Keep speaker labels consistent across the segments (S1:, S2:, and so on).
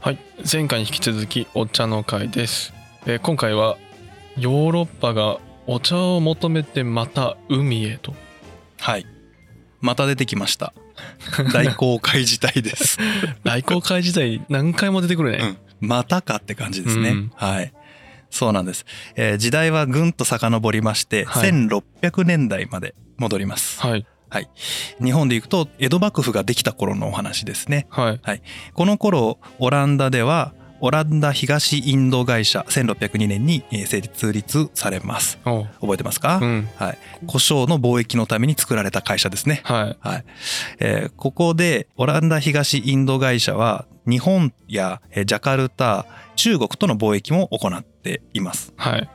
S1: はい前回に引き続きお茶の会です、えー今回はヨーロッパがお茶を求めてまた海へと
S2: はい。また出てき ました。大公開事態です。
S1: 大航海時代何回も出てくる
S2: う
S1: ね、
S2: んまたかって感じですね。
S1: うん
S2: はい。そうなんです、えー時代はぐんと遡りまして、
S1: はい
S2: 1600年代まで戻ります。
S1: はい
S2: 日本で行くと江戸幕府ができた頃のお話ですね。
S1: はい
S2: この頃オランダではオランダ東インド会社1602年にえー設立されます。
S1: おう
S2: 覚えてますか、
S1: うん
S2: 胡椒の貿易のために作られた会社ですね。
S1: はい
S2: えーここでオランダ東インド会社は日本やえージャカルタ中国との貿易も行っています
S1: はい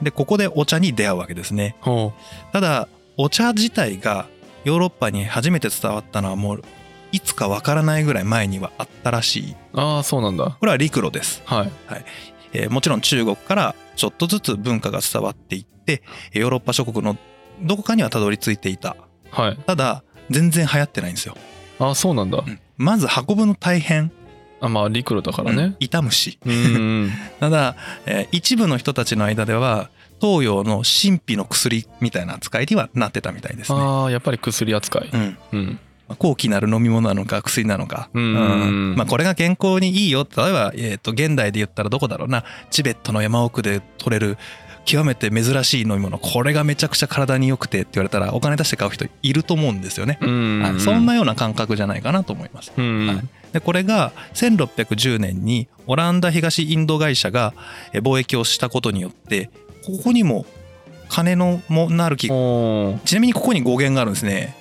S2: でここでお茶に出会うわけですね
S1: おう
S2: ただお茶自体がヨーロッパに初めて伝わったのはもういつかわからないぐらい前にはあったらしい
S1: ああそうなんだ
S2: これは陸路です、
S1: はい
S2: えーもちろん中国からちょっとずつ文化が伝わっていってえーヨーロッパ諸国のどこかにはたどり着いていた
S1: はい
S2: ただ全然流行ってないんですよ、
S1: ああそうなんだ
S2: うんまず運ぶの大変
S1: あまあ陸路だから
S2: う
S1: ね
S2: ん、痛むし
S1: うん うん
S2: ただ、えー一部の人たちの間では東洋の神秘の薬みたいな扱いにはなってたみたいですね、
S1: ああやっぱり薬扱い
S2: うんま
S1: うん
S2: あ高貴なる飲み物なのか薬なのか、
S1: うん
S2: まあ、これが健康にいいよ例えば、えー、と現代で言ったらどこだろうなチベットの山奥で取れる極めて珍しい飲み物これがめちゃくちゃ体に良くてって言われたらお金出して買う人いると思うんですよね、
S1: うん
S2: はいそんなような感覚じゃないかなと思います
S1: うん
S2: はいでこれが1610年にオランダ東インド会社がえー貿易をしたことによってここにも金のモナルキ
S1: おー
S2: ちなみにここに語源があるんですね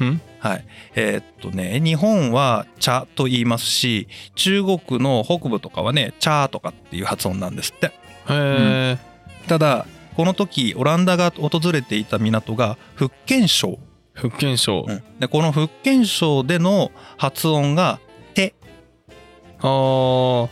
S1: うん
S2: はいえーっとね日本は茶と言いますし中国の北部とかはね茶とかっていう発音なんですって
S1: へえ
S2: ただこの時オランダが訪れていた港が福建省、
S1: 福建省
S2: でこの福建省での発音が
S1: ああ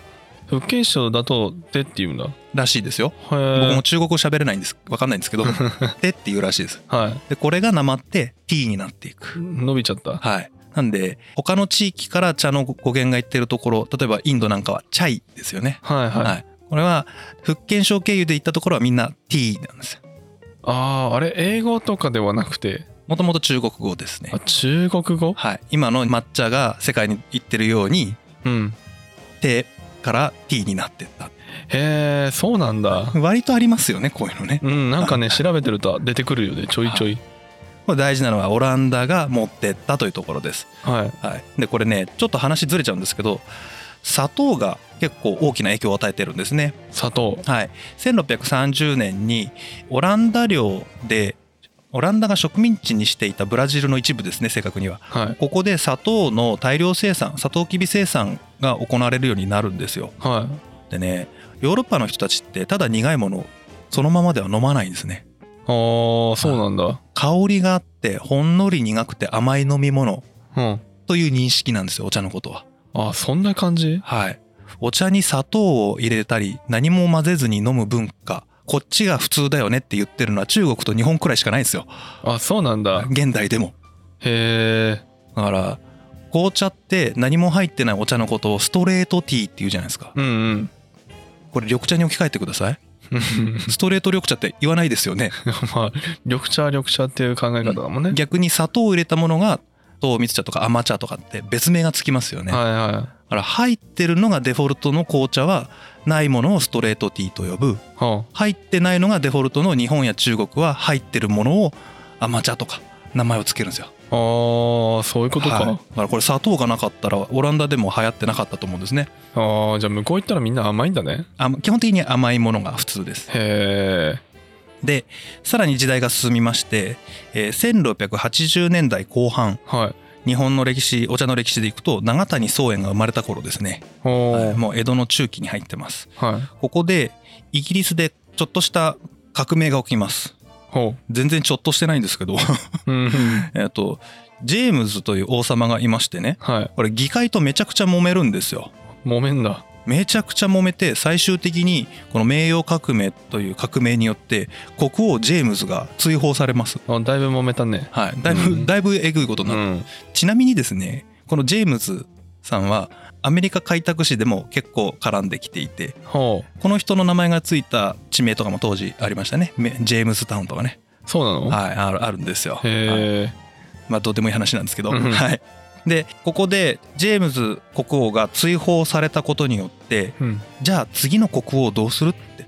S1: 福建省だと「で」って言うんだへ
S2: らしいですよ僕
S1: え
S2: も中国語喋れないんですわかんない んですけど「て」っていうらしいです
S1: はい
S2: でこれがなまって T になっていく
S1: 伸びちゃった
S2: はいなんで他の地域から茶の語源がいってるところ例えばインドなんかはチャイですよね
S1: はいはい、
S2: はいこれは福建省経由で行ったところはみんな T なんですよ
S1: あああれ英語とかではなくて
S2: もともと中国語ですね
S1: あ中国語
S2: はい今の抹茶が世界に行ってるように
S1: うん
S2: 「て」から T になってった
S1: へえそうなんだ
S2: 割とありますよねこういうのね
S1: うんなんか ね調べてると出てくるよねちょいちょい
S2: これ大事なのはオランダが持ってったというところです
S1: はい
S2: はい、でこれねちょっと話ずれちゃうんですけど砂糖が結構大きな影響を与えてるんですね、
S1: 砂糖
S2: はい、1630年にオランダ領でオランダが植民地にしていたブラジルの一部ですね正確には
S1: はい
S2: ここで砂糖の大量生産砂糖きび生産が行われるようになるんですよ
S1: は
S2: でねヨーロッパの人たちってただ苦いものをそのままでは飲まないんですね
S1: いああそうなんだ
S2: 香りがあってほんのり苦くて甘い飲み物
S1: うん
S2: という認識なんですよお茶のことは
S1: あそんな感じ
S2: はい。お茶に砂糖を入れたり、何も混ぜずに飲む文化。こっちが普通だよねって言ってるのは中国と日本くらいしかないんですよ。
S1: あそうなんだ
S2: 現代でも。
S1: へえ
S2: だから、紅茶って何も入ってないお茶のことをストレートティーって言うじゃないですか。
S1: うんうん
S2: これ緑茶に置き換えてください。ストレート緑茶って言わないですよね。
S1: まあ緑茶は緑茶っていう考え方だもんね、
S2: 逆に砂糖を入れたものが、糖蜜茶とか甘茶とかって別名がつきますよね。だ
S1: はいは
S2: から入ってるのがデフォルトの紅茶は、ないものをストレートティーと呼ぶ。
S1: いは
S2: 入ってないのがデフォルトの日本や中国は入ってるものを甘茶とか名前をつけるんですよ。
S1: ああーそういうことか、
S2: はいだからこれ砂糖がなかったらオランダでも流行ってなかったと思うんですね。
S1: ああじゃあ向こう行ったらみんな甘いんだね
S2: あ基本的に甘いものが普通です。
S1: へえ
S2: でさらに時代が進みまして、えー1680年代後半
S1: はい
S2: 日本の歴史お茶の歴史でいくと長谷宗園が生まれた頃ですね、
S1: おお
S2: は
S1: はい
S2: もう江戸の中期に入ってます。
S1: い
S2: ここでイギリスでちょっとした革命が起きます。
S1: ほ
S2: 全然ちょっとしてないんですけど
S1: ううん
S2: えっと、ジェームズという王様がいましてね、
S1: はい
S2: これ議会とめちゃくちゃ揉めるんですよ。
S1: 揉めんだ
S2: めちゃくちゃ揉めて、最終的にこの名誉革命という革命によって、国王ジェームズが追放されます。
S1: あだいぶ揉めたね
S2: はい。だいうぶ、
S1: ん
S2: だいぶえぐいこと
S1: う
S2: になる。
S1: ん
S2: ちなみにですね、このジェームズさんは、アメリカ開拓史でも結構絡んできていて
S1: ほ
S2: この人の名前がついた地名とかも当時ありましたねめジェームズタウンとかね、
S1: うそうなの、
S2: はい、あるあるんですよ。はい
S1: へえ
S2: まあどうでもいい話なんですけど、
S1: うんうん
S2: はい、でここでジェームズ国王が追放されたことによって
S1: うん
S2: じゃあ次の国王をどうするって、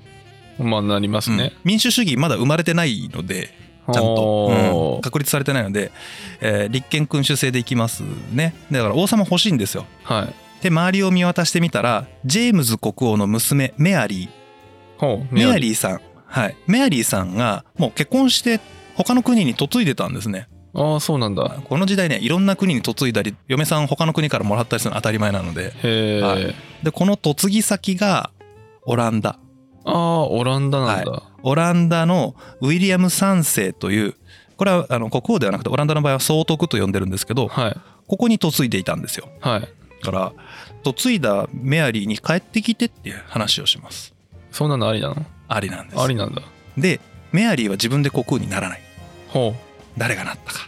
S1: まあなりますね、
S2: うん民主主義まだ生まれてないのでちゃんと、
S1: ほ
S2: う
S1: うん
S2: 確立されてないので、えー立憲君主制でいきますねでだから王様欲しいんですよ
S1: はい
S2: で周りを見渡してみたらジェームズ国王の娘メアリー
S1: ほう
S2: メア
S1: ー
S2: リーさんはいメアリーさんがもう結婚して他の国に嫁いでたんですね
S1: ああそうなんだ
S2: この時代ねいろんな国に嫁いだり嫁さん他の国からもらったりするの当たり前なので
S1: へえ、
S2: はいでこの嫁ぎ先がオランダ
S1: ああオランダなんだ、
S2: オランダのウィリアム3世というこれはあの国王ではなくてオランダの場合は総督と呼んでるんですけど
S1: はい
S2: ここに嫁いでいたんですよ
S1: はい
S2: だから嫁いだメアリーに帰ってきてっていう話をします
S1: そんなのありなの
S2: ありなんです
S1: ありなんだ
S2: でメアリーは自分で国王にならない
S1: ほ
S2: 誰がなったか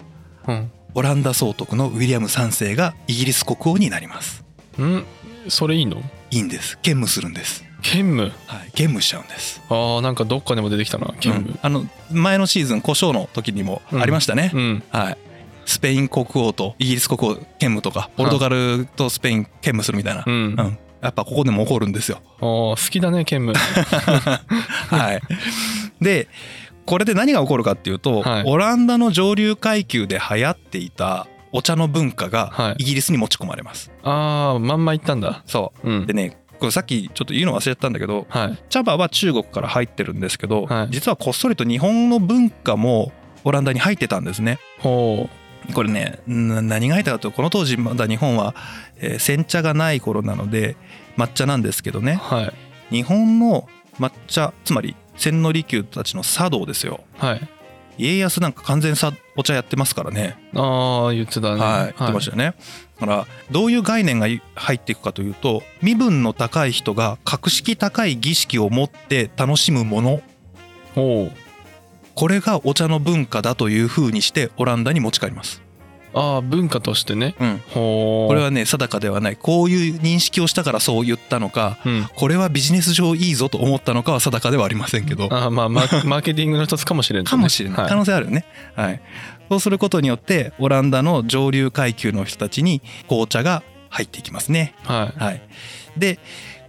S1: ううん
S2: オランダ総督のウィリアム3世がイギリス国王になります
S1: うんそれいいの
S2: いいんです兼務するんです、
S1: 兼務
S2: はい、兼務しちゃうんです
S1: ああなんかどっかでも出てきたな兼
S2: うん
S1: 務
S2: あの前のシーズン故障の時にもありましたね、
S1: うん、
S2: はい、スペイン国王とイギリス国王兼務とかポルトガルとスペイン兼務するみたいな、
S1: うんあ
S2: うんやっぱここでも起こるんですよ。
S1: あ好きだね 兼務
S2: はい、でこれで何が起こるかっていうと、
S1: はい
S2: オランダの上流階級で流行っていたお茶の文化
S1: は
S2: が
S1: い
S2: イギリスに持ち込まれます。
S1: ああまんま言ったんだ
S2: そ
S1: うん
S2: うでねこれさっきちょっと言うの忘れちゃったんだけど
S1: はい
S2: 茶葉は中国から入ってるんですけど、
S1: はい
S2: 実はこっそりと日本の文化もオランダに入ってたんですね。
S1: ほ
S2: これねな何が入ったかというとこの当時まだ日本は、えー煎茶がない頃なので抹茶なんですけど
S1: う
S2: ね
S1: はい
S2: 日本の抹茶つまり千利休たちの茶道ですよ
S1: はい
S2: 家康なんか完全さお茶やってますからね
S1: ああ言ってたね
S2: はい言ってましたよね、だからどういう概念がい入っていくかというと身分の高い人が格式高い儀式を持って楽しむもの
S1: ほう
S2: これがお茶の文化だというふうにしてオランダに持ち帰ります
S1: ああ文化としてね
S2: うん
S1: ほう
S2: これはね定かではないこういう認識をしたからそう言ったのか
S1: うん
S2: これはビジネス上いいぞと思ったのかは定かではありませんけど
S1: ああ まあマーマーケティングの一つかもしれない、ね、
S2: かもしれない可
S1: は
S2: 能性あるよね、はい、そうすることによってオランダの上流階級の人たちに紅茶が入っていきますね、
S1: い、はい
S2: はい、で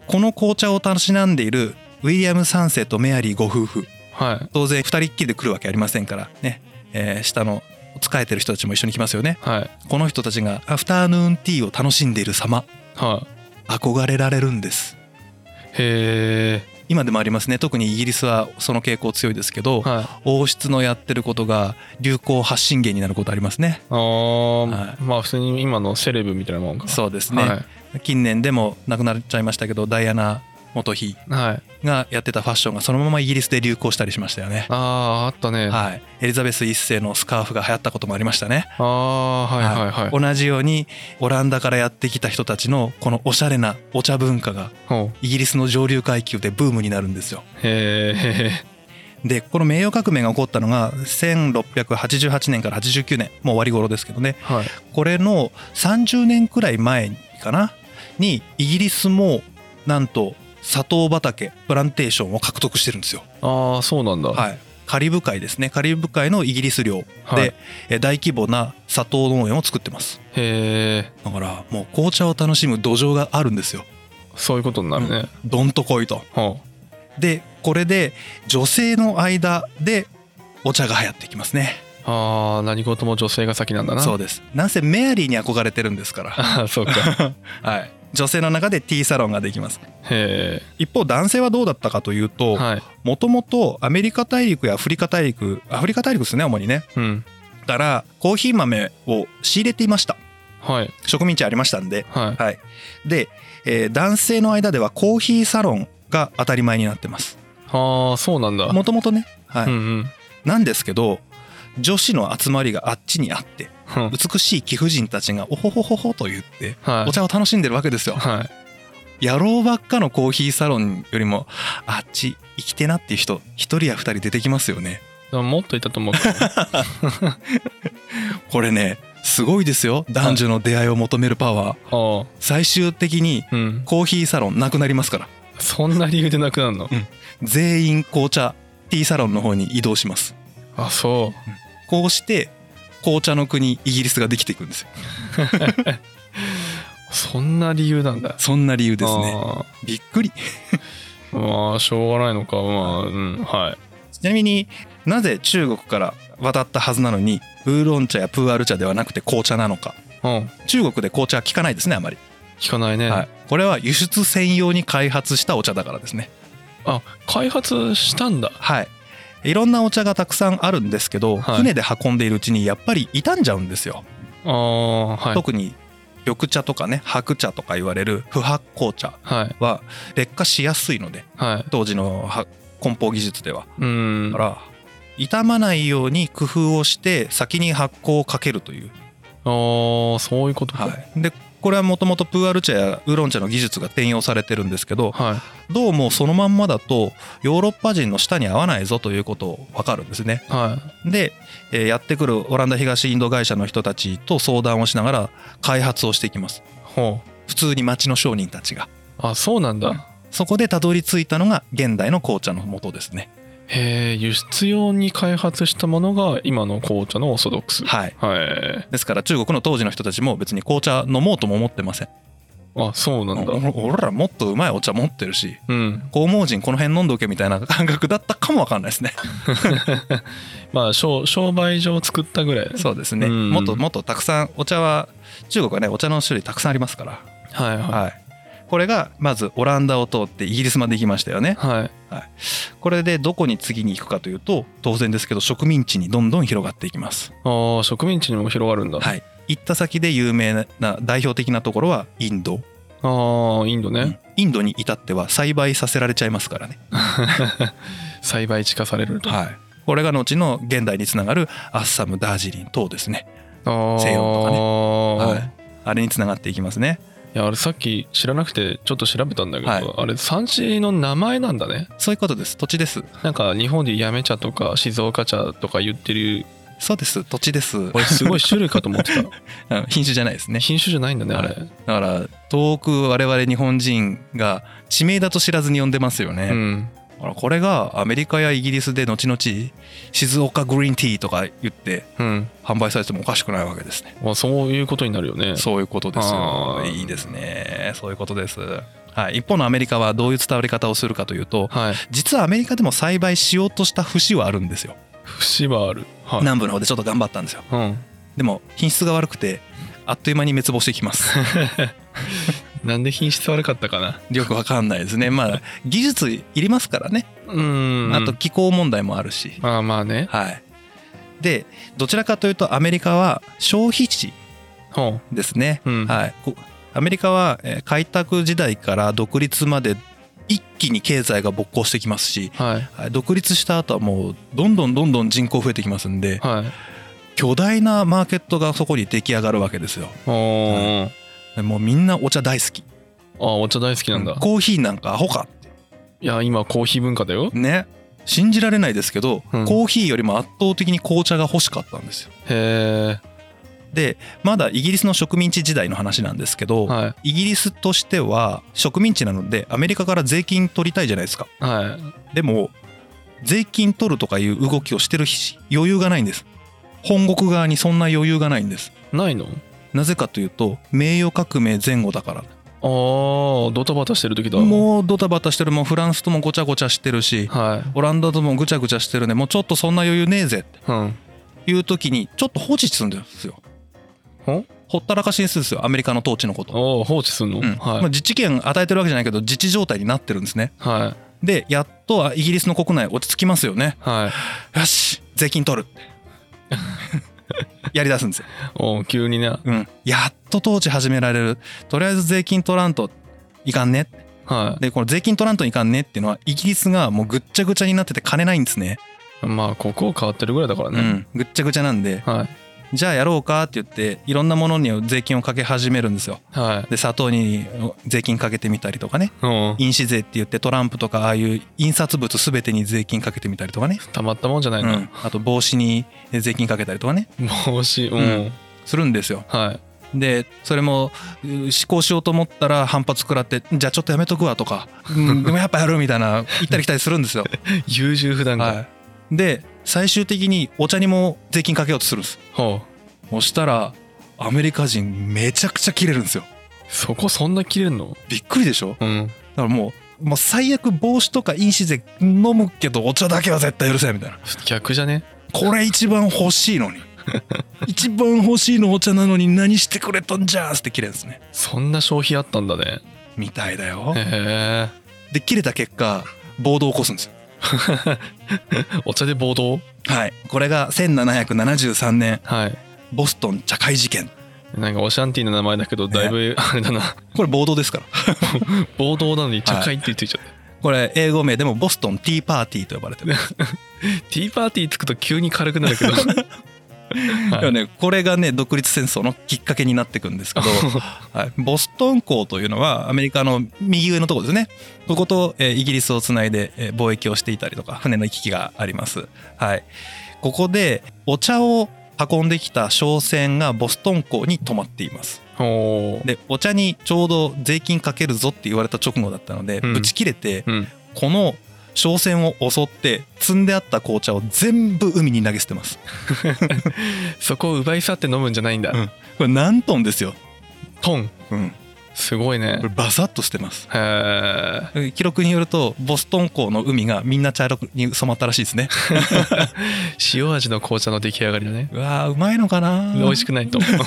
S2: この紅茶をたしなんでいるウィリアム3世とメアリーご夫婦
S1: はい
S2: 当然2人っきりで来るわけありませんからね、えー下の仕えてる人たちも一緒に来ますよね
S1: はい
S2: この人たちがアフターヌーンティーを楽しんでいる様
S1: は
S2: 憧れられるんです
S1: いへえ
S2: 今でもありますね特にイギリスはその傾向強いですけど、
S1: はい
S2: 王室のやってることが流行発信源になることありますね
S1: あー、
S2: はい
S1: まあ普通に今のセレブみたいなもんか
S2: そうですね、
S1: は
S2: 近年でも亡くなっちゃいましたけどダイアナ元妃
S1: い、はい、
S2: がやってたファッションがそのままイギリスで流行したりしましたよね
S1: あああったね、あ
S2: はいエリザベス一世のスカーフが流行ったこともありましたね
S1: あーはいはいはい
S2: 同じようにオランダからやってきた人たちのこのおしゃれなお茶文化が
S1: ほう
S2: イギリスの上流階級でブームになるんですよ
S1: へえ
S2: でこの名誉革命が起こったのが1688年から89年もう終わり頃ですけどね
S1: はい
S2: これの30年くらい前かなにイギリスもなんと砂糖畑プランテーションを獲得してるんですよ、
S1: ああそうなんだはい、
S2: はい、カリブ海ですねカリブ海のイギリス領で、
S1: はい
S2: え大規模な砂糖農園を作ってます
S1: へえ
S2: だからもう紅茶を楽しむ土壌があるんですよ
S1: そういうことになるね、
S2: どんとこいと
S1: ほ
S2: でこれで女性の間でお茶が流行っていきますね
S1: うああ何事も女性が先なんだな
S2: そう
S1: う
S2: ですなんせメアリーに憧れてるんですから、
S1: ああそう か
S2: はい、女性の中でティーサロンができます
S1: へ
S2: 一方男性はどうだったかという
S1: え
S2: と
S1: はい
S2: もともとアメリカ大陸やアフリカ大陸アフリカ大陸ですね主にね
S1: うん
S2: からコーヒー豆を仕入れていました
S1: はい
S2: 植民地ありましたんで
S1: はい
S2: はいで、えー男性の間ではコーヒーサロンが当たり前になってます
S1: ああそうなんだ
S2: もともとね、はい
S1: うんうん
S2: なんですけど女子の集まりがあっちにあって
S1: うん
S2: 美しい貴婦人たちがおほほほほと言って
S1: はい
S2: お茶を楽しんでるわけですよ
S1: はい
S2: 野郎ばっかのコーヒーサロンよりもあっち行きてなっていう人一人や二人出てきますよね
S1: でももっといたと思う
S2: これねすごいですよ男女の出会いを求めるパワー
S1: ああ
S2: 最終的に
S1: うん
S2: コーヒーサロンなくなりますから
S1: そんな理由でなくなるの
S2: 全員紅茶ティーサロンの方に移動します
S1: あそ
S2: こうして紅茶の国イギリスができていくんですよ
S1: うそんな理由なんだ
S2: そんな理由ですね
S1: あ
S2: びっくり
S1: あまあしょうがないのかまあうんはい
S2: ちなみになぜ中国から渡ったはずなのにウーロン茶やプーアール茶ではなくて紅茶なのか
S1: うん
S2: 中国で紅茶は効かないですねあまり、
S1: 聞かないね、
S2: はい、これは輸出専用に開発したお茶だからですね
S1: あ開発したんだ
S2: はいいろんなお茶がたくさんあるんですけど、
S1: はい
S2: 船で運んでいるうちにやっぱり傷んじゃうんですよ、
S1: ああはい
S2: 特に緑茶とかね白茶とか言われる不発酵茶
S1: はい
S2: は劣化しやすいので
S1: はい
S2: 当時のは梱包技術では
S1: うん
S2: だから傷まないように工夫をして先に発酵をかけるという
S1: ああそういうことか
S2: はい、でこれはもともとプーアル茶やウーロン茶の技術が転用されてるんですけど
S1: はい
S2: どうもそのまんまだとヨーロッパ人の舌に合わないぞということを分かるんですね
S1: はい
S2: で、えーやってくるオランダ東インド会社の人たちと相談をしながら開発をしていきます
S1: ほう
S2: 普通に町の商人たちが
S1: あそうなんだ、
S2: うんそこでたどり着いたのが現代の紅茶の元ですね
S1: へえ輸出用に開発したものが今の紅茶のオーソドックス
S2: はい
S1: はい
S2: ですから中国の当時の人たちも別に紅茶飲もうとも思ってません
S1: あそうなんだ
S2: お俺らもっとうまいお茶持ってるし
S1: うん
S2: 肛門人この辺飲んどけみたいな感覚だったかもわかんないですね
S1: まあ商商売上作ったぐらい だね
S2: そうですね、
S1: うん
S2: もっともっとたくさんお茶は中国はねお茶の種類たくさんありますから、
S1: はいは
S2: はい、これがまずオランダを通ってイギリスまで行きましたよね
S1: いはい
S2: これでどこに次に行くかというと当然ですけど植民地にどんどん広がっていきます、
S1: ああ植民地にも広がるんだ、
S2: はい、行った先で有名な代表的なところはインド、
S1: ああインド
S2: うん
S1: ね、
S2: インドに至っては栽培させられちゃいますからね、
S1: 栽培地化されると、あ
S2: はい、これが後の現代につながるアッサムダージリン等ですね、
S1: あ
S2: 西洋とかね
S1: は
S2: はいい、あれにつながっていきますね
S1: いやあれさっき知らなくてちょっと調べたんだけど、
S2: はい
S1: あれ産地の名前なんだね
S2: そういうことです土地です
S1: なんか日本でやめ茶とか静岡茶とか言って る
S2: そうです土地ですうん
S1: 俺すごい種類かと思って た
S2: 品種じゃないですね
S1: 品種じゃないんだねあれ、
S2: だから遠く我々日本人が地名だと知らずに呼んでますよね、
S1: うん
S2: ほらこれがアメリカやイギリスで後々静岡グリーンティーとか言って
S1: うん
S2: 販売されてもおかしくないわけですね
S1: まあそういうことになるよね
S2: そういうことです
S1: あ
S2: よ
S1: ー
S2: いいですねそういうことですはい一方のアメリカはどういう伝わり方をするかというと
S1: はい
S2: 実はアメリカでも栽培しようとした節はあるんですよ
S1: 節はあるはい
S2: 南部の方でちょっと頑張ったんですよ
S1: うん
S2: でも品質が悪くてあっという間に滅亡してきます
S1: なんで品質悪かったかな
S2: よくわかんないですねまあ技術いりますからね
S1: うん
S2: あと気候問題もあるし、
S1: まあまあね
S2: はい。で、どちらかというとアメリカは消費地
S1: ほ
S2: ですね。
S1: ううん
S2: はい。こアメリカはえー開拓時代から独立まで一気に経済が勃興してきますし、
S1: はい
S2: はい独立した後はもうどんどんどんどん人口増えてきますんで、
S1: はい
S2: 巨大なマーケットがそこに出来上がるわけですよ。
S1: おー
S2: でもうみんなお茶大好き。
S1: あお茶大好きなんだ
S2: コーヒーなんかアホかって。
S1: いや今コーヒー文化だよ
S2: ね。信じられないですけど、
S1: うん
S2: コーヒーよりも圧倒的に紅茶が欲しかったんですよ。
S1: へ
S2: でまだイギリスの植民地時代の話なんですけ
S1: え
S2: ど、
S1: は
S2: イギリスとしては植民地なのでアメリカから税金取りたいじゃないですか
S1: いはい
S2: でも税金取るとかいう動きをしてる日余裕がないんです本国側にそんな余裕がないんです
S1: ないの
S2: なぜかというと名誉革命前後だか
S1: ああドタバタしてる時だ
S2: らもうドタバタしてるもうフランスともごちゃごちゃしてるし
S1: は
S2: オランダともぐちゃぐちゃしてるねもうちょっとそんな余裕ねえぜっ
S1: いうん
S2: ていう時にちょっと放置するんですよ
S1: ほ
S2: ほったらかしにするんですよアメリカの統治のこと
S1: おー放置すんの、
S2: うんまあ
S1: はい、
S2: 自治権与えてるわけじゃないけど自治状態になってるんですね
S1: はい
S2: でやっとあイギリスの国内落ち着きますよね
S1: はい
S2: よし税金取る やりだすんですよ、
S1: おー急にね
S2: うん、やっと統治始められるとりあえず税金取らんといかんね
S1: は
S2: でこの税金取らんといかんねっていうのはイギリスがもうぐっちゃぐちゃになってて金ないんですね、
S1: いまあここ変わってるぐらいだから
S2: う
S1: ね、
S2: ん、ぐっちゃぐちゃなんで
S1: はい
S2: じゃあやろうかって言っていろんなものに税金をかけ始めるんですよ
S1: はい
S2: で砂糖に税金かけてみたりとかね
S1: うん
S2: 印紙税って言ってトランプとかああいう印刷物全てに税金かけてみたりとかね、
S1: たまったもんじゃないうな、
S2: ん、あと帽子に税金かけたりとかね
S1: 帽子うん、
S2: うんするんですよ
S1: はい
S2: でそれもう施行しようと思ったら反発食らってじゃあちょっとやめとくわとか、 うんでもやっぱやるみたいな行ったり来たりするんですよ、
S1: 優柔不断が、
S2: はい、で最終的にお茶にも税金かけようとするんです
S1: ほう
S2: そしたらアメリカ人めちゃくちゃ切れるんですよ
S1: そこそんな切れんの
S2: びっくりでしょ
S1: うん
S2: だからもうもう最悪帽子とか印紙で飲むけどお茶だけは絶対許せないみたいな
S1: 逆じゃね
S2: これ一番欲しいのに一番欲しいのお茶なのに何してくれとんじゃーって切れるんですね
S1: そんな消費あったんだね
S2: みたいだよ
S1: へ
S2: で切れた結果暴動を起こすんですよ
S1: えお茶で暴動
S2: はいこれが1773年
S1: はい
S2: ボストン茶会事件
S1: なんかオシャンティーの名前だけどだいぶあれだな
S2: これ暴動ですから
S1: 暴動なのに茶会ってついちゃった、
S2: これ英語名でもボストンティーパーティーと呼ばれてる、
S1: ティーパーティーつくと急に軽くなる けどはい
S2: でもねこれがね独立戦争のきっかけになってくんですけ ど、はい、ボストン港というのはアメリカの右上のとこですねここと、えーイギリスをつないで、えー貿易をしていたりとか船の行き来があります、はい、ここでお茶を運んできた商船がボストン港に泊まっています
S1: おー
S2: でお茶にちょうど税金かけるぞって言われた直後だったので、
S1: うん
S2: ぶち切れて
S1: うん
S2: この商船を襲って積んであった紅茶を全部海に投げ捨てます
S1: そこを奪い去って飲むんじゃないんだ、
S2: うんこれ何トンですよ、
S1: トン
S2: うん、
S1: すごいね
S2: これバサッと捨てます
S1: へえ
S2: 記録によるとボストン港の海がみんな茶色に染まったらしいで すね
S1: 塩味の紅茶の出来上がりだね
S2: うわーうまいのかな
S1: 美味しくないと 絶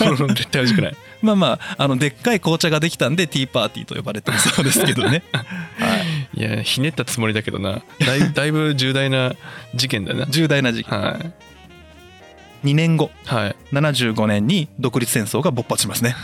S1: 対美味しくない
S2: まあまああのでっかい紅茶ができたんでティーパーティーと呼ばれてるそうですけど ね、はい、
S1: やひねったつもりだけどなだい だいぶ重大な事件だない
S2: 重大な事件
S1: はい
S2: 2年後
S1: はい
S2: 75年に独立戦争が勃発しますね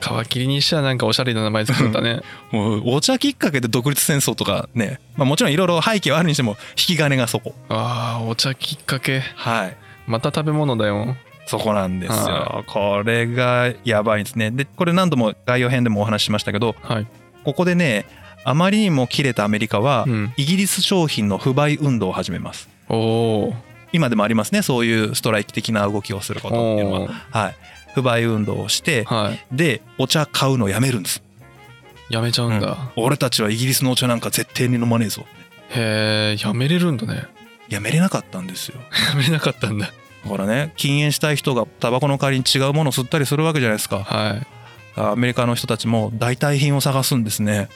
S1: 皮切りにしてはなんかおしゃれな名前作ったね
S2: もうお茶きっかけで独立戦争とかね、まあ、もちろんいろいろ背景はあるにしても引き金がそこ
S1: あーお茶きっかけ
S2: はい
S1: また食べ物だよ
S2: そこなんです
S1: は
S2: よ。これがやばいんですね。で、これ何度も概要編でもお話ししましたけど、
S1: はい
S2: ここでね、あまりにも切れたアメリカは、
S1: うん
S2: イギリス商品の不買運動を始めます。
S1: おお
S2: 今でもありますね、そういうストライキ的な動きをすることっていうの
S1: お
S2: は。
S1: ー
S2: はい。不買運動をして、
S1: はい
S2: で、お茶買うのやめるんです。
S1: やめちゃうんだ、
S2: 俺たちはイギリスのお茶なんか絶対に飲まねえぞ。
S1: へえやめれるんだね
S2: やめれなかったんですよ。
S1: やめれなかったんだ
S2: だからね、禁煙したい人がタバコの代わりに違うものを吸ったりするわけじゃないですか。
S1: はい
S2: アメリカの人たちも代替品を探すんですね。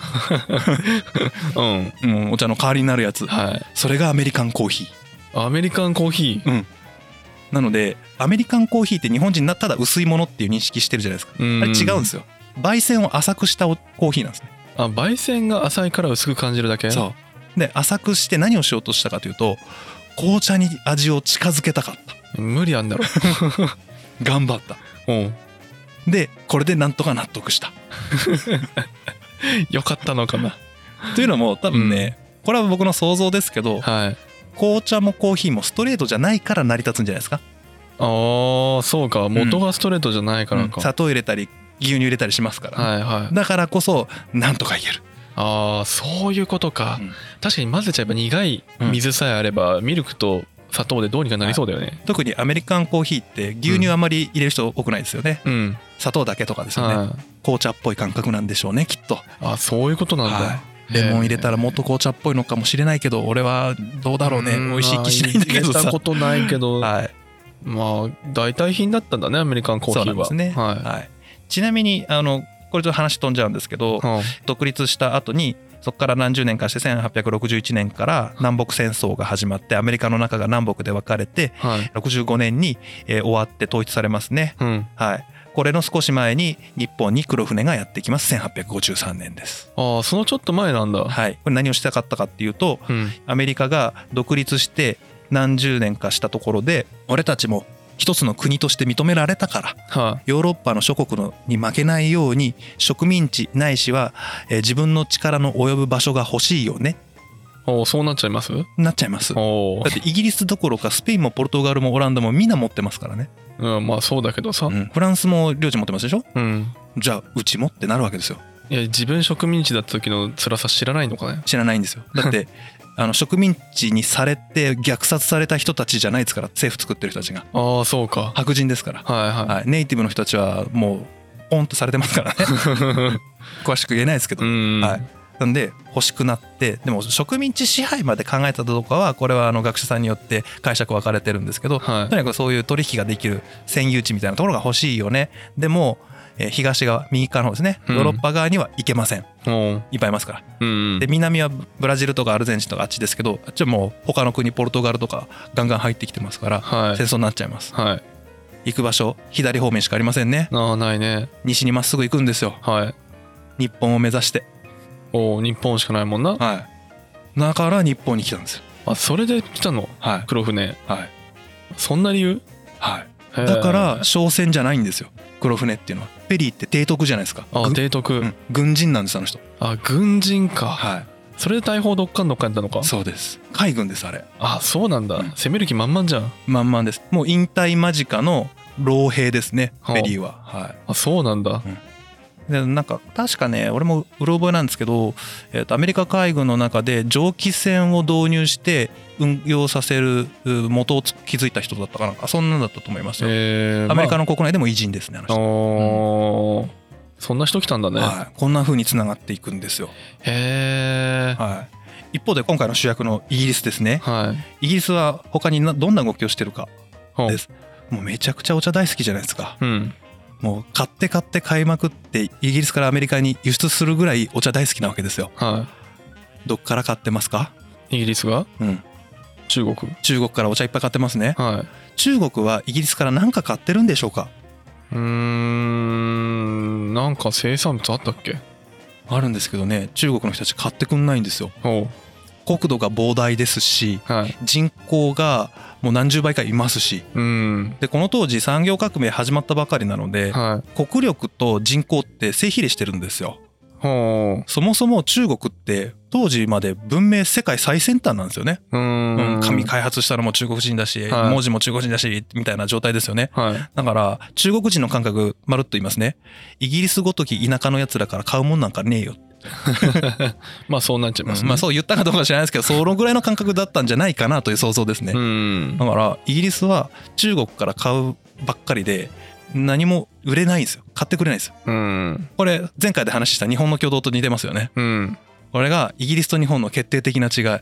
S1: うん
S2: うん、お茶の代わりになるやつ
S1: はい
S2: それがアメリカンコーヒー
S1: アメリカンコーヒ
S2: なのでアメリカンコーヒーって日本人なただ薄いものっていう認識してるじゃないですか
S1: ーうん
S2: あれ違うんですよ焙煎を浅くしたおコーヒーなんですね
S1: あ焙煎が浅いから薄く感じるだけ
S2: うで浅くして何をしようとしたかというと紅茶に味を近づけたかった
S1: 無理あん だろ
S2: 頑張った
S1: うん
S2: でこれでなんとか納得した
S1: よかったのかな
S2: というのも多分ね、これは僕の想像ですけど
S1: はい
S2: 紅茶もコーヒーもストレートじゃないから成り立つんじゃないですか
S1: ああそうか元がストレートじゃないから
S2: うん
S1: か、
S2: 砂糖入れたり牛乳入れたりしますから、
S1: はいはい
S2: だからこそなんとか言える
S1: ああそういうことか、
S2: うん
S1: 確かに混ぜちゃえば苦い水さえあれば、ミルクと砂糖でどうにかなりそうだよね、
S2: 特にアメリカンコーヒーって牛乳あまり入れる人多くないですよね、
S1: うん
S2: 砂糖だけとかですよね、
S1: はい
S2: 紅茶っぽい感覚なんでしょうねきっと、
S1: あそういうことなんだ、
S2: はい、レモン入れたらもっと紅茶っぽいのかもしれないけど俺はどうだろうね
S1: ん
S2: 美味しい気しないんだけど
S1: まあ入れ
S2: さ
S1: たことないけど、
S2: はい
S1: まあ代替品だったんだねアメリカンコーヒ
S2: そう
S1: ー
S2: なんで
S1: は
S2: すね、
S1: は
S2: はいちなみにあのこれちょっと話飛んじゃうんですけど
S1: い、うん
S2: 独立した後にそこから何十年かして1861年から南北戦争が始まってアメリカの中が南北で分かれて
S1: はい
S2: 65年にえー終わって統一されますね
S1: うん、
S2: はい、これの少し前に日本に黒船がやってきます1853年です、
S1: ああそのちょっと前なんだ、
S2: はい、これ何をしたかったかっていうと
S1: うん、
S2: アメリカが独立して何十年かしたところで俺たちも一つの国として認められたから
S1: は
S2: ヨーロッパの諸国のに負けないように植民地ないしは、えー自分の力の及ぶ場所が欲しいよね
S1: い、おーそうなっちゃいます
S2: なっちゃいますだ
S1: おー
S2: ってイギリスどころかスペインもポルトガルもオランダもみんな持ってますからね、
S1: うん、まあそうだけどさ、
S2: うんフランスも領地持ってますでしょ
S1: うん、
S2: じゃあうちもってなるわけですよ
S1: いや自分植民地だった時の辛さ知らないのかね
S2: 知らないんですよだってあの植民地にされて虐殺された人たちじゃないですから政府作ってる人たちが
S1: ああそうか
S2: 白人ですから、
S1: はいはい、
S2: はい、ネイティブの人たちはもうポンとされてますから ね詳しく言えないですけど、
S1: うん、
S2: はい、なんで欲しくなってでも植民地支配まで考えたかどうかはこれはあの学者さんによって解釈分かれてるんですけど
S1: はい
S2: とにかくそういう取引ができる占有地みたいなところが欲しいよねでもえー東側右側の方ですね
S1: うん
S2: ヨーロッパ側には行けません、
S1: おう
S2: いっぱいいますから
S1: うん
S2: で南はブラジルとかアルゼンチンとかあっちですけどあっちはもう他の国ポルトガルとかガンガン入ってきてますから
S1: はい
S2: 戦争になっちゃいます
S1: はい
S2: 行く場所左方面しかありませんね
S1: ああないね
S2: 西にまっすぐ行くんですよ
S1: はい
S2: 日本を目指して
S1: おう日本しかないもんな
S2: はいだから日本に来たんですよ
S1: あそれで来たの
S2: はい
S1: 黒船
S2: はい
S1: そんな理由
S2: はい
S1: へー
S2: だから商船じゃないんですよ黒船っていうのはペリーって提督じゃないですか
S1: あ
S2: ぐ
S1: 提督、
S2: うん軍人なんですあの人
S1: あ軍人か、
S2: は
S1: それで大砲どっかんどっかんやったのか
S2: いそうです海軍ですあれ
S1: あそうなんだ、
S2: うん
S1: 攻める気満々じゃん
S2: 満々ですもう引退間近の老兵ですね
S1: ほう
S2: ペリーはは
S1: あそうなんだ
S2: いでなんか確かね俺もうろ覚えなんですけど、えーとアメリカ海軍の中で蒸気船を導入して運用させるう元を築いた人だったかなあそんなんだったと思いますよ、
S1: えー、
S2: アメリカ
S1: の、
S2: の国内でも偉人ですねあの
S1: まあ
S2: 人
S1: おーそんな人来たんだね、
S2: はい、こんな風につながっていくんですよ
S1: へえ
S2: はい、一方で今回の主役のイギリスですね
S1: はい
S2: イギリスは他になどんな動きをしてるか
S1: ほう
S2: ですもうめちゃくちゃお茶大好きじゃないですか
S1: うん
S2: もう買って買って買いまくってイギリスからアメリカに輸出するぐらいお茶大好きなわけですよ
S1: は
S2: どっから買ってますか
S1: いイギリスが
S2: うん
S1: 中国
S2: 中国からお茶いっぱい買ってますね
S1: はい
S2: 中国はイギリスから何か買ってるんでしょうか
S1: うーんなんか生産物あったっけ
S2: あるんですけどね中国の人たち買ってくんないんですよ
S1: ほ
S2: 国土が膨大ですし
S1: うはい
S2: 人口がもう何十倍かいますし
S1: うん
S2: でこの当時産業革命始まったばかりなので、
S1: はい
S2: 国力と人口って性比例してるんですよ
S1: ほ
S2: そもそも中国って当時まで文明世界最先端なんですよね、
S1: ううーん
S2: 紙開発したのも中国人だし、
S1: はい
S2: 文字も中国人だしみたいな状態ですよね
S1: はい
S2: だから中国人の感覚まるっと言いますねイギリスごとき田舎のやつらから買うもんなんかねえよ、
S1: まあそうなっちゃいます、ね、
S2: まあそう言ったかどうか知らないですけどそのぐらいの感覚だったんじゃないかなという想像ですね、
S1: うん
S2: だからイギリスは中国から買うばっかりで何も売れないんですよ買ってくれないんですよ
S1: うん
S2: これ前回で話した日本の挙動と似てますよね
S1: うん
S2: これがイギリスと日本の決定的な違い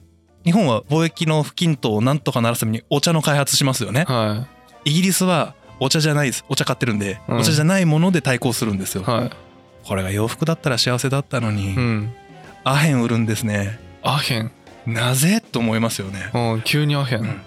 S2: 日本は貿易の不均等をなんとかならすためにお茶の開発しますよね
S1: は
S2: イギリスはお茶じゃないですお茶買ってるんで、
S1: うん
S2: お茶じゃないもので対抗するんです
S1: い
S2: よ、
S1: は
S2: これが洋服だったら幸せだったのに、
S1: いうん
S2: アヘン売るんですね
S1: アヘン
S2: なぜと思いますよね、
S1: うん急にアヘン、
S2: うん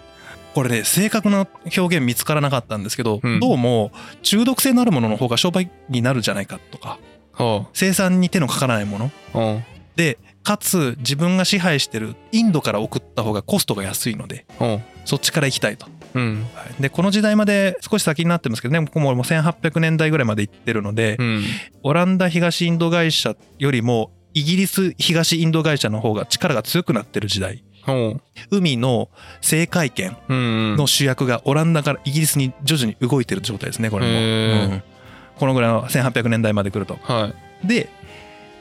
S2: これね正確な表現見つからなかったんですけど、
S1: うん
S2: どうも中毒性のあるものの方が商売になるじゃないかとか
S1: ほ
S2: 生産に手のかからないもの
S1: ううん
S2: でかつ自分が支配してるインドから送った方がコストが安いので
S1: うん
S2: そっちから行きたいと。
S1: うん
S2: でこの時代まで少し先になってますけどねここももう1800年代ぐらいまで行ってるので
S1: うん
S2: オランダ東インド会社よりもイギリス東インド会社の方が力が強くなってる時代
S1: ほ
S2: 海の制海権
S1: ううん
S2: の主役がオランダからイギリスに徐々に動いてる状態ですねこれも、
S1: へー
S2: うんこのぐらいの1800年代まで来ると
S1: はい
S2: で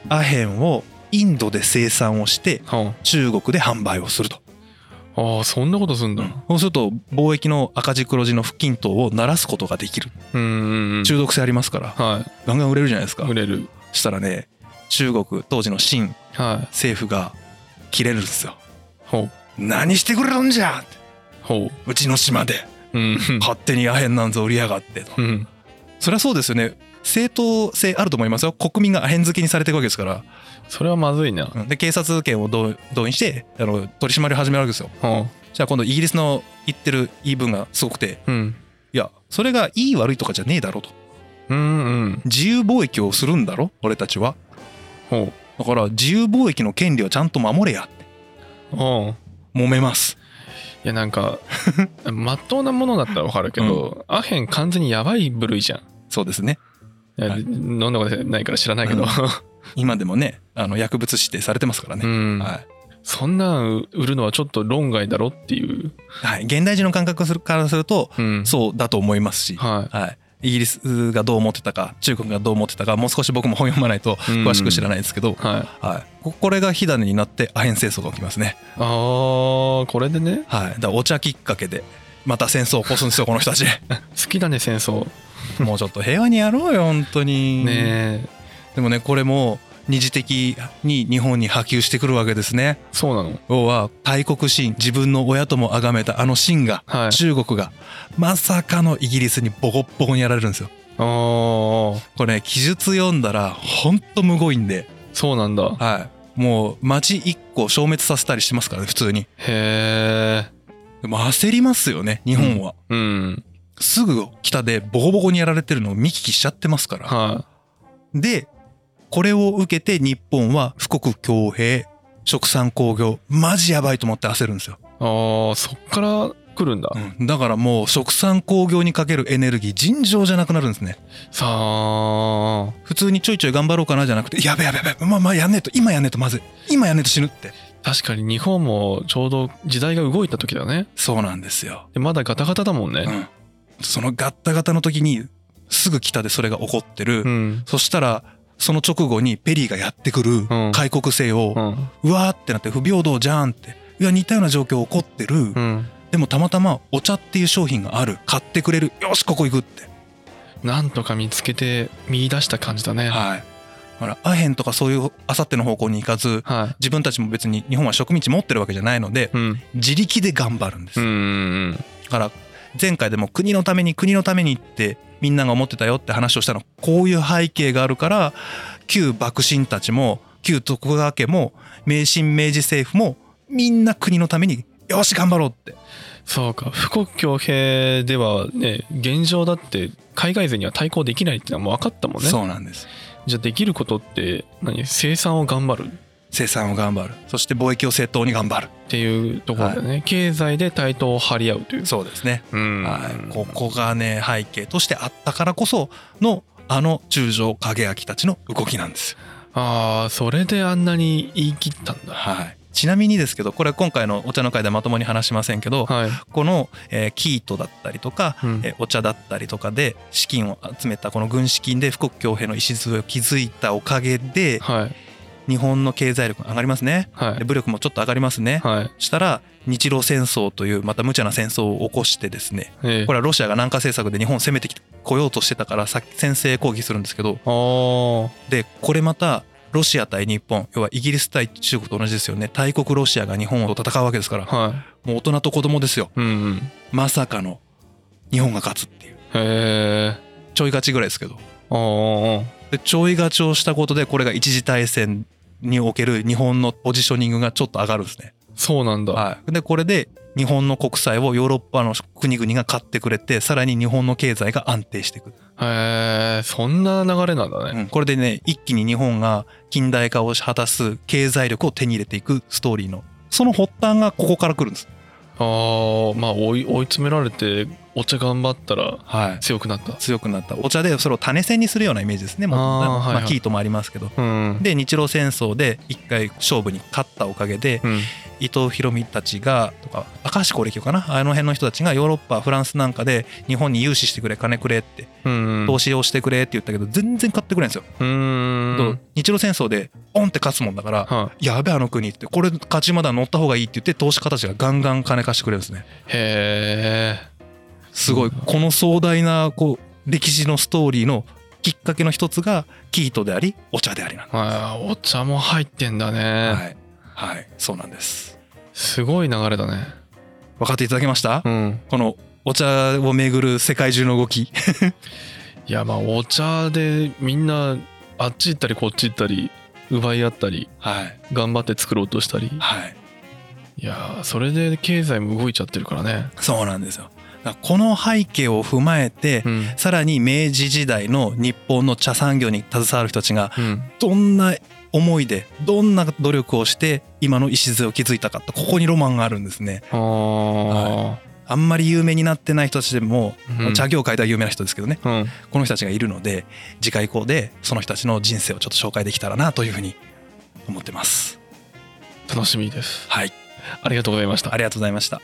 S2: アヘンをインドで生産をして
S1: ほ
S2: 中国で販売をすると、
S1: うああそんなことすんだ
S2: そうすると貿易の赤字黒字の不均等を鳴らすことができる
S1: うんうんうん
S2: 中毒性ありますから
S1: は
S2: ガンガン売れるじゃないです
S1: い
S2: か
S1: 売れる
S2: したらね中国当時の清
S1: は
S2: 政府が切れるんですよ
S1: いほう
S2: 何してくれるんじゃって
S1: ほ
S2: うちの島で
S1: ううん
S2: 勝手にアヘンなんぞ売りやがってと
S1: うん
S2: そりゃそうですよね正当性あると思いますよ国民がアヘン好きにされていくわけですから
S1: それはまずいな
S2: うんで警察権を動動員してあの取り締まりを始めるわけですよ
S1: ほ
S2: じゃあ今度イギリスの言ってる言い分がすごくて
S1: ううん
S2: いやそれがいい悪いとかじゃねえだろと
S1: うんうん
S2: 自由貿易をするんだろ俺たちは
S1: ほ
S2: だから自由貿易の権利はちゃんと守れやって
S1: ううん
S2: 揉めます
S1: いやなん かまっとうなものだったらわかるけど、アヘン完全にやばい部類じゃん
S2: そうですね
S1: いや
S2: はい
S1: 飲んだことないから知らないけど、
S2: 今でもねあの薬物指定されてますか ら
S1: う
S2: ね、
S1: ん
S2: はい
S1: そんなん売るのはちょっと論外だろっていう、
S2: はい、現代人の感覚するからすると
S1: うん
S2: そうだと思いますし、
S1: は
S2: はい、イギリスがどう思ってたか中国がどう思ってたかもう少し僕も本読まないと詳しく知らないですけど、
S1: はい
S2: はい、ここれが火種になってアヘン戦争が起きますね、
S1: あーこれでね
S2: はい、だからお茶きっかけでまた戦争を起こすんですよこの人 たち
S1: 好きだね戦争
S2: もうちょっと平和にやろうよ本当に、
S1: ねえ
S2: でもねこれも二次的に日本に波及してくるわけですね
S1: そうなの
S2: 要は大国心自分の親とも崇めたあの心が
S1: はい
S2: 中国がまさかのイギリスにボコッボコにやられるんですよ
S1: あー
S2: これね記述読んだらほんとむごいんで
S1: そうなんだ
S2: はいもう町一個消滅させたりしてますからね普通に
S1: へえ
S2: でも焦りますよね日本は、
S1: うん
S2: すぐ北でボコボコにやられてるのを見聞きしちゃってますから
S1: は
S2: でこれを受けて日本は富国強兵食産工業マジやばいと思って焦るんですよ、
S1: いあーそっから来るんだ
S2: うんだからもう食産工業にかけるエネルギー尋常じゃなくなるんですね
S1: さあ
S2: 普通にちょいちょい頑張ろうかなじゃなくてやべやべやべまあまあやんねえと今やんねえとまずい今やんねえと死ぬって
S1: 確かに日本もちょうど時代が動いた時だね
S2: そうなんですよ、
S1: でまだガタガタだもん
S2: う
S1: ね
S2: ん、そのガッタガタの時にすぐ北でそれが起こってる、
S1: うん
S2: そしたらその直後にペリーがやってくる
S1: うん
S2: 開国制を、
S1: うん
S2: うわーってなって不平等じゃんっていや似たような状況起こってる、
S1: うん
S2: でもたまたまお茶っていう商品がある買ってくれるよしここ行くって
S1: なんとか見つけて見出した感じだね
S2: はいほらアヘンとかそういうあさっての方向に行かず
S1: はい
S2: 自分たちも別に日本は植民地持ってるわけじゃないので
S1: うん
S2: 自力で頑張るんです、
S1: うんうん
S2: だから前回でも国のために国のためにってみんなが思ってたよって話をしたのこういう背景があるから旧幕臣たちも旧徳川家も明清明治政府もみんな国のためによし頑張ろうって
S1: そうか富国強兵ではね現状だって海外勢には対抗できないってのはもう分かったもんね
S2: そうなんです
S1: じゃあできることって何生産を頑張る
S2: 生産を頑張るそして貿易を正当に頑張る
S1: っていうところだよね、経済で対等を張り合うという
S2: そうですね、
S1: うん
S2: はい、ここがね背景としてあったからこそのあの中将景明たちの動きなんですよ、
S1: ああそれであんなに言い切ったんだ
S2: はい、ちなみにですけどこれは今回のお茶の会ではまともに話しませんけど
S1: はい、
S2: この、えーキートだったりとか、
S1: うん
S2: えーお茶だったりとかで資金を集めたこの軍資金で富国強兵の礎を築いたおかげで
S1: はい
S2: 日本の経済力が上がりますね
S1: は
S2: で
S1: い
S2: 武力もちょっと上がりますね
S1: はい
S2: したら日露戦争というまた無茶な戦争を起こしてですね
S1: ええ
S2: これはロシアが南下政策で日本を攻めてこようとしてたからさ先制攻撃するんですけど
S1: あー
S2: でこれまたロシア対日本要はイギリス対中国と同じですよね大国ロシアが日本と戦うわけですからも
S1: は
S2: う大人と子供ですよ
S1: いうんうん
S2: まさかの日本が勝つっていう
S1: へえ
S2: ちょい勝ちぐらいですけど
S1: あー
S2: でちょい勝ちをしたことでこれが一次大戦における日本のポジショニングがちょっと上がるんですね
S1: そうなんだ、
S2: はい、でこれで日本の国債をヨーロッパの国々が買ってくれてさらに日本の経済が安定していく、
S1: へえそんな流れなんだね、
S2: うんこれでね一気に日本が近代化を果たす経済力を手に入れていくストーリーのその発端がここから来るんです、
S1: ああまあ追い追い詰められてお茶頑張ったら
S2: はい、
S1: 強くなった
S2: 強くなったお茶でそれを種銭にするようなイメージですねもう
S1: あー
S2: まあ
S1: はいはい
S2: キートもありますけど
S1: うん
S2: で日露戦争で一回勝負に勝ったおかげで
S1: うん
S2: 伊藤博美たちがとか明石光力かなあの辺の人たちがヨーロッパフランスなんかで日本に融資してくれ金くれって
S1: うん
S2: 投資をしてくれって言ったけど全然買ってくれないんですよ、
S1: うーん
S2: 日露戦争でオンって勝つもんだから、
S1: は
S2: やべあの国ってこれ勝ちまだ乗った方がいいって言って投資家たちがガンガン金貸してくれるんですね
S1: いへえ
S2: すご
S1: う
S2: い
S1: ん
S2: この壮大なこう歴史のストーリーのきっかけの一つがキートでありお茶でありなんです
S1: あーお茶も入ってんだね、
S2: はい、はい、そうなんです
S1: すごい流れだね
S2: 分かっていただけました、
S1: うん
S2: このお茶をめぐる世界中の動き
S1: いやまあお茶でみんなあっち行ったりこっち行ったり奪い合ったり
S2: はい
S1: 頑張って作ろうとしたり
S2: はい
S1: いやーそれで経済も動いちゃってるからね
S2: そうなんですよだからこの背景を踏まえて、
S1: うん
S2: さらに明治時代の日本の茶産業に携わる人たちが
S1: うん
S2: どんな思いでどんな努力をして今の礎を築いたかってここにロマンがあるんですね
S1: ああ、
S2: あんまり有名になってない人たちでも、
S1: うん
S2: 茶業界では有名な人ですけどね
S1: うん
S2: この人たちがいるので次回以降でその人たちの人生をちょっと紹介できたらなというふうに思ってます
S1: 楽しみです
S2: はい
S1: ありがとうございました
S2: ありがとうございました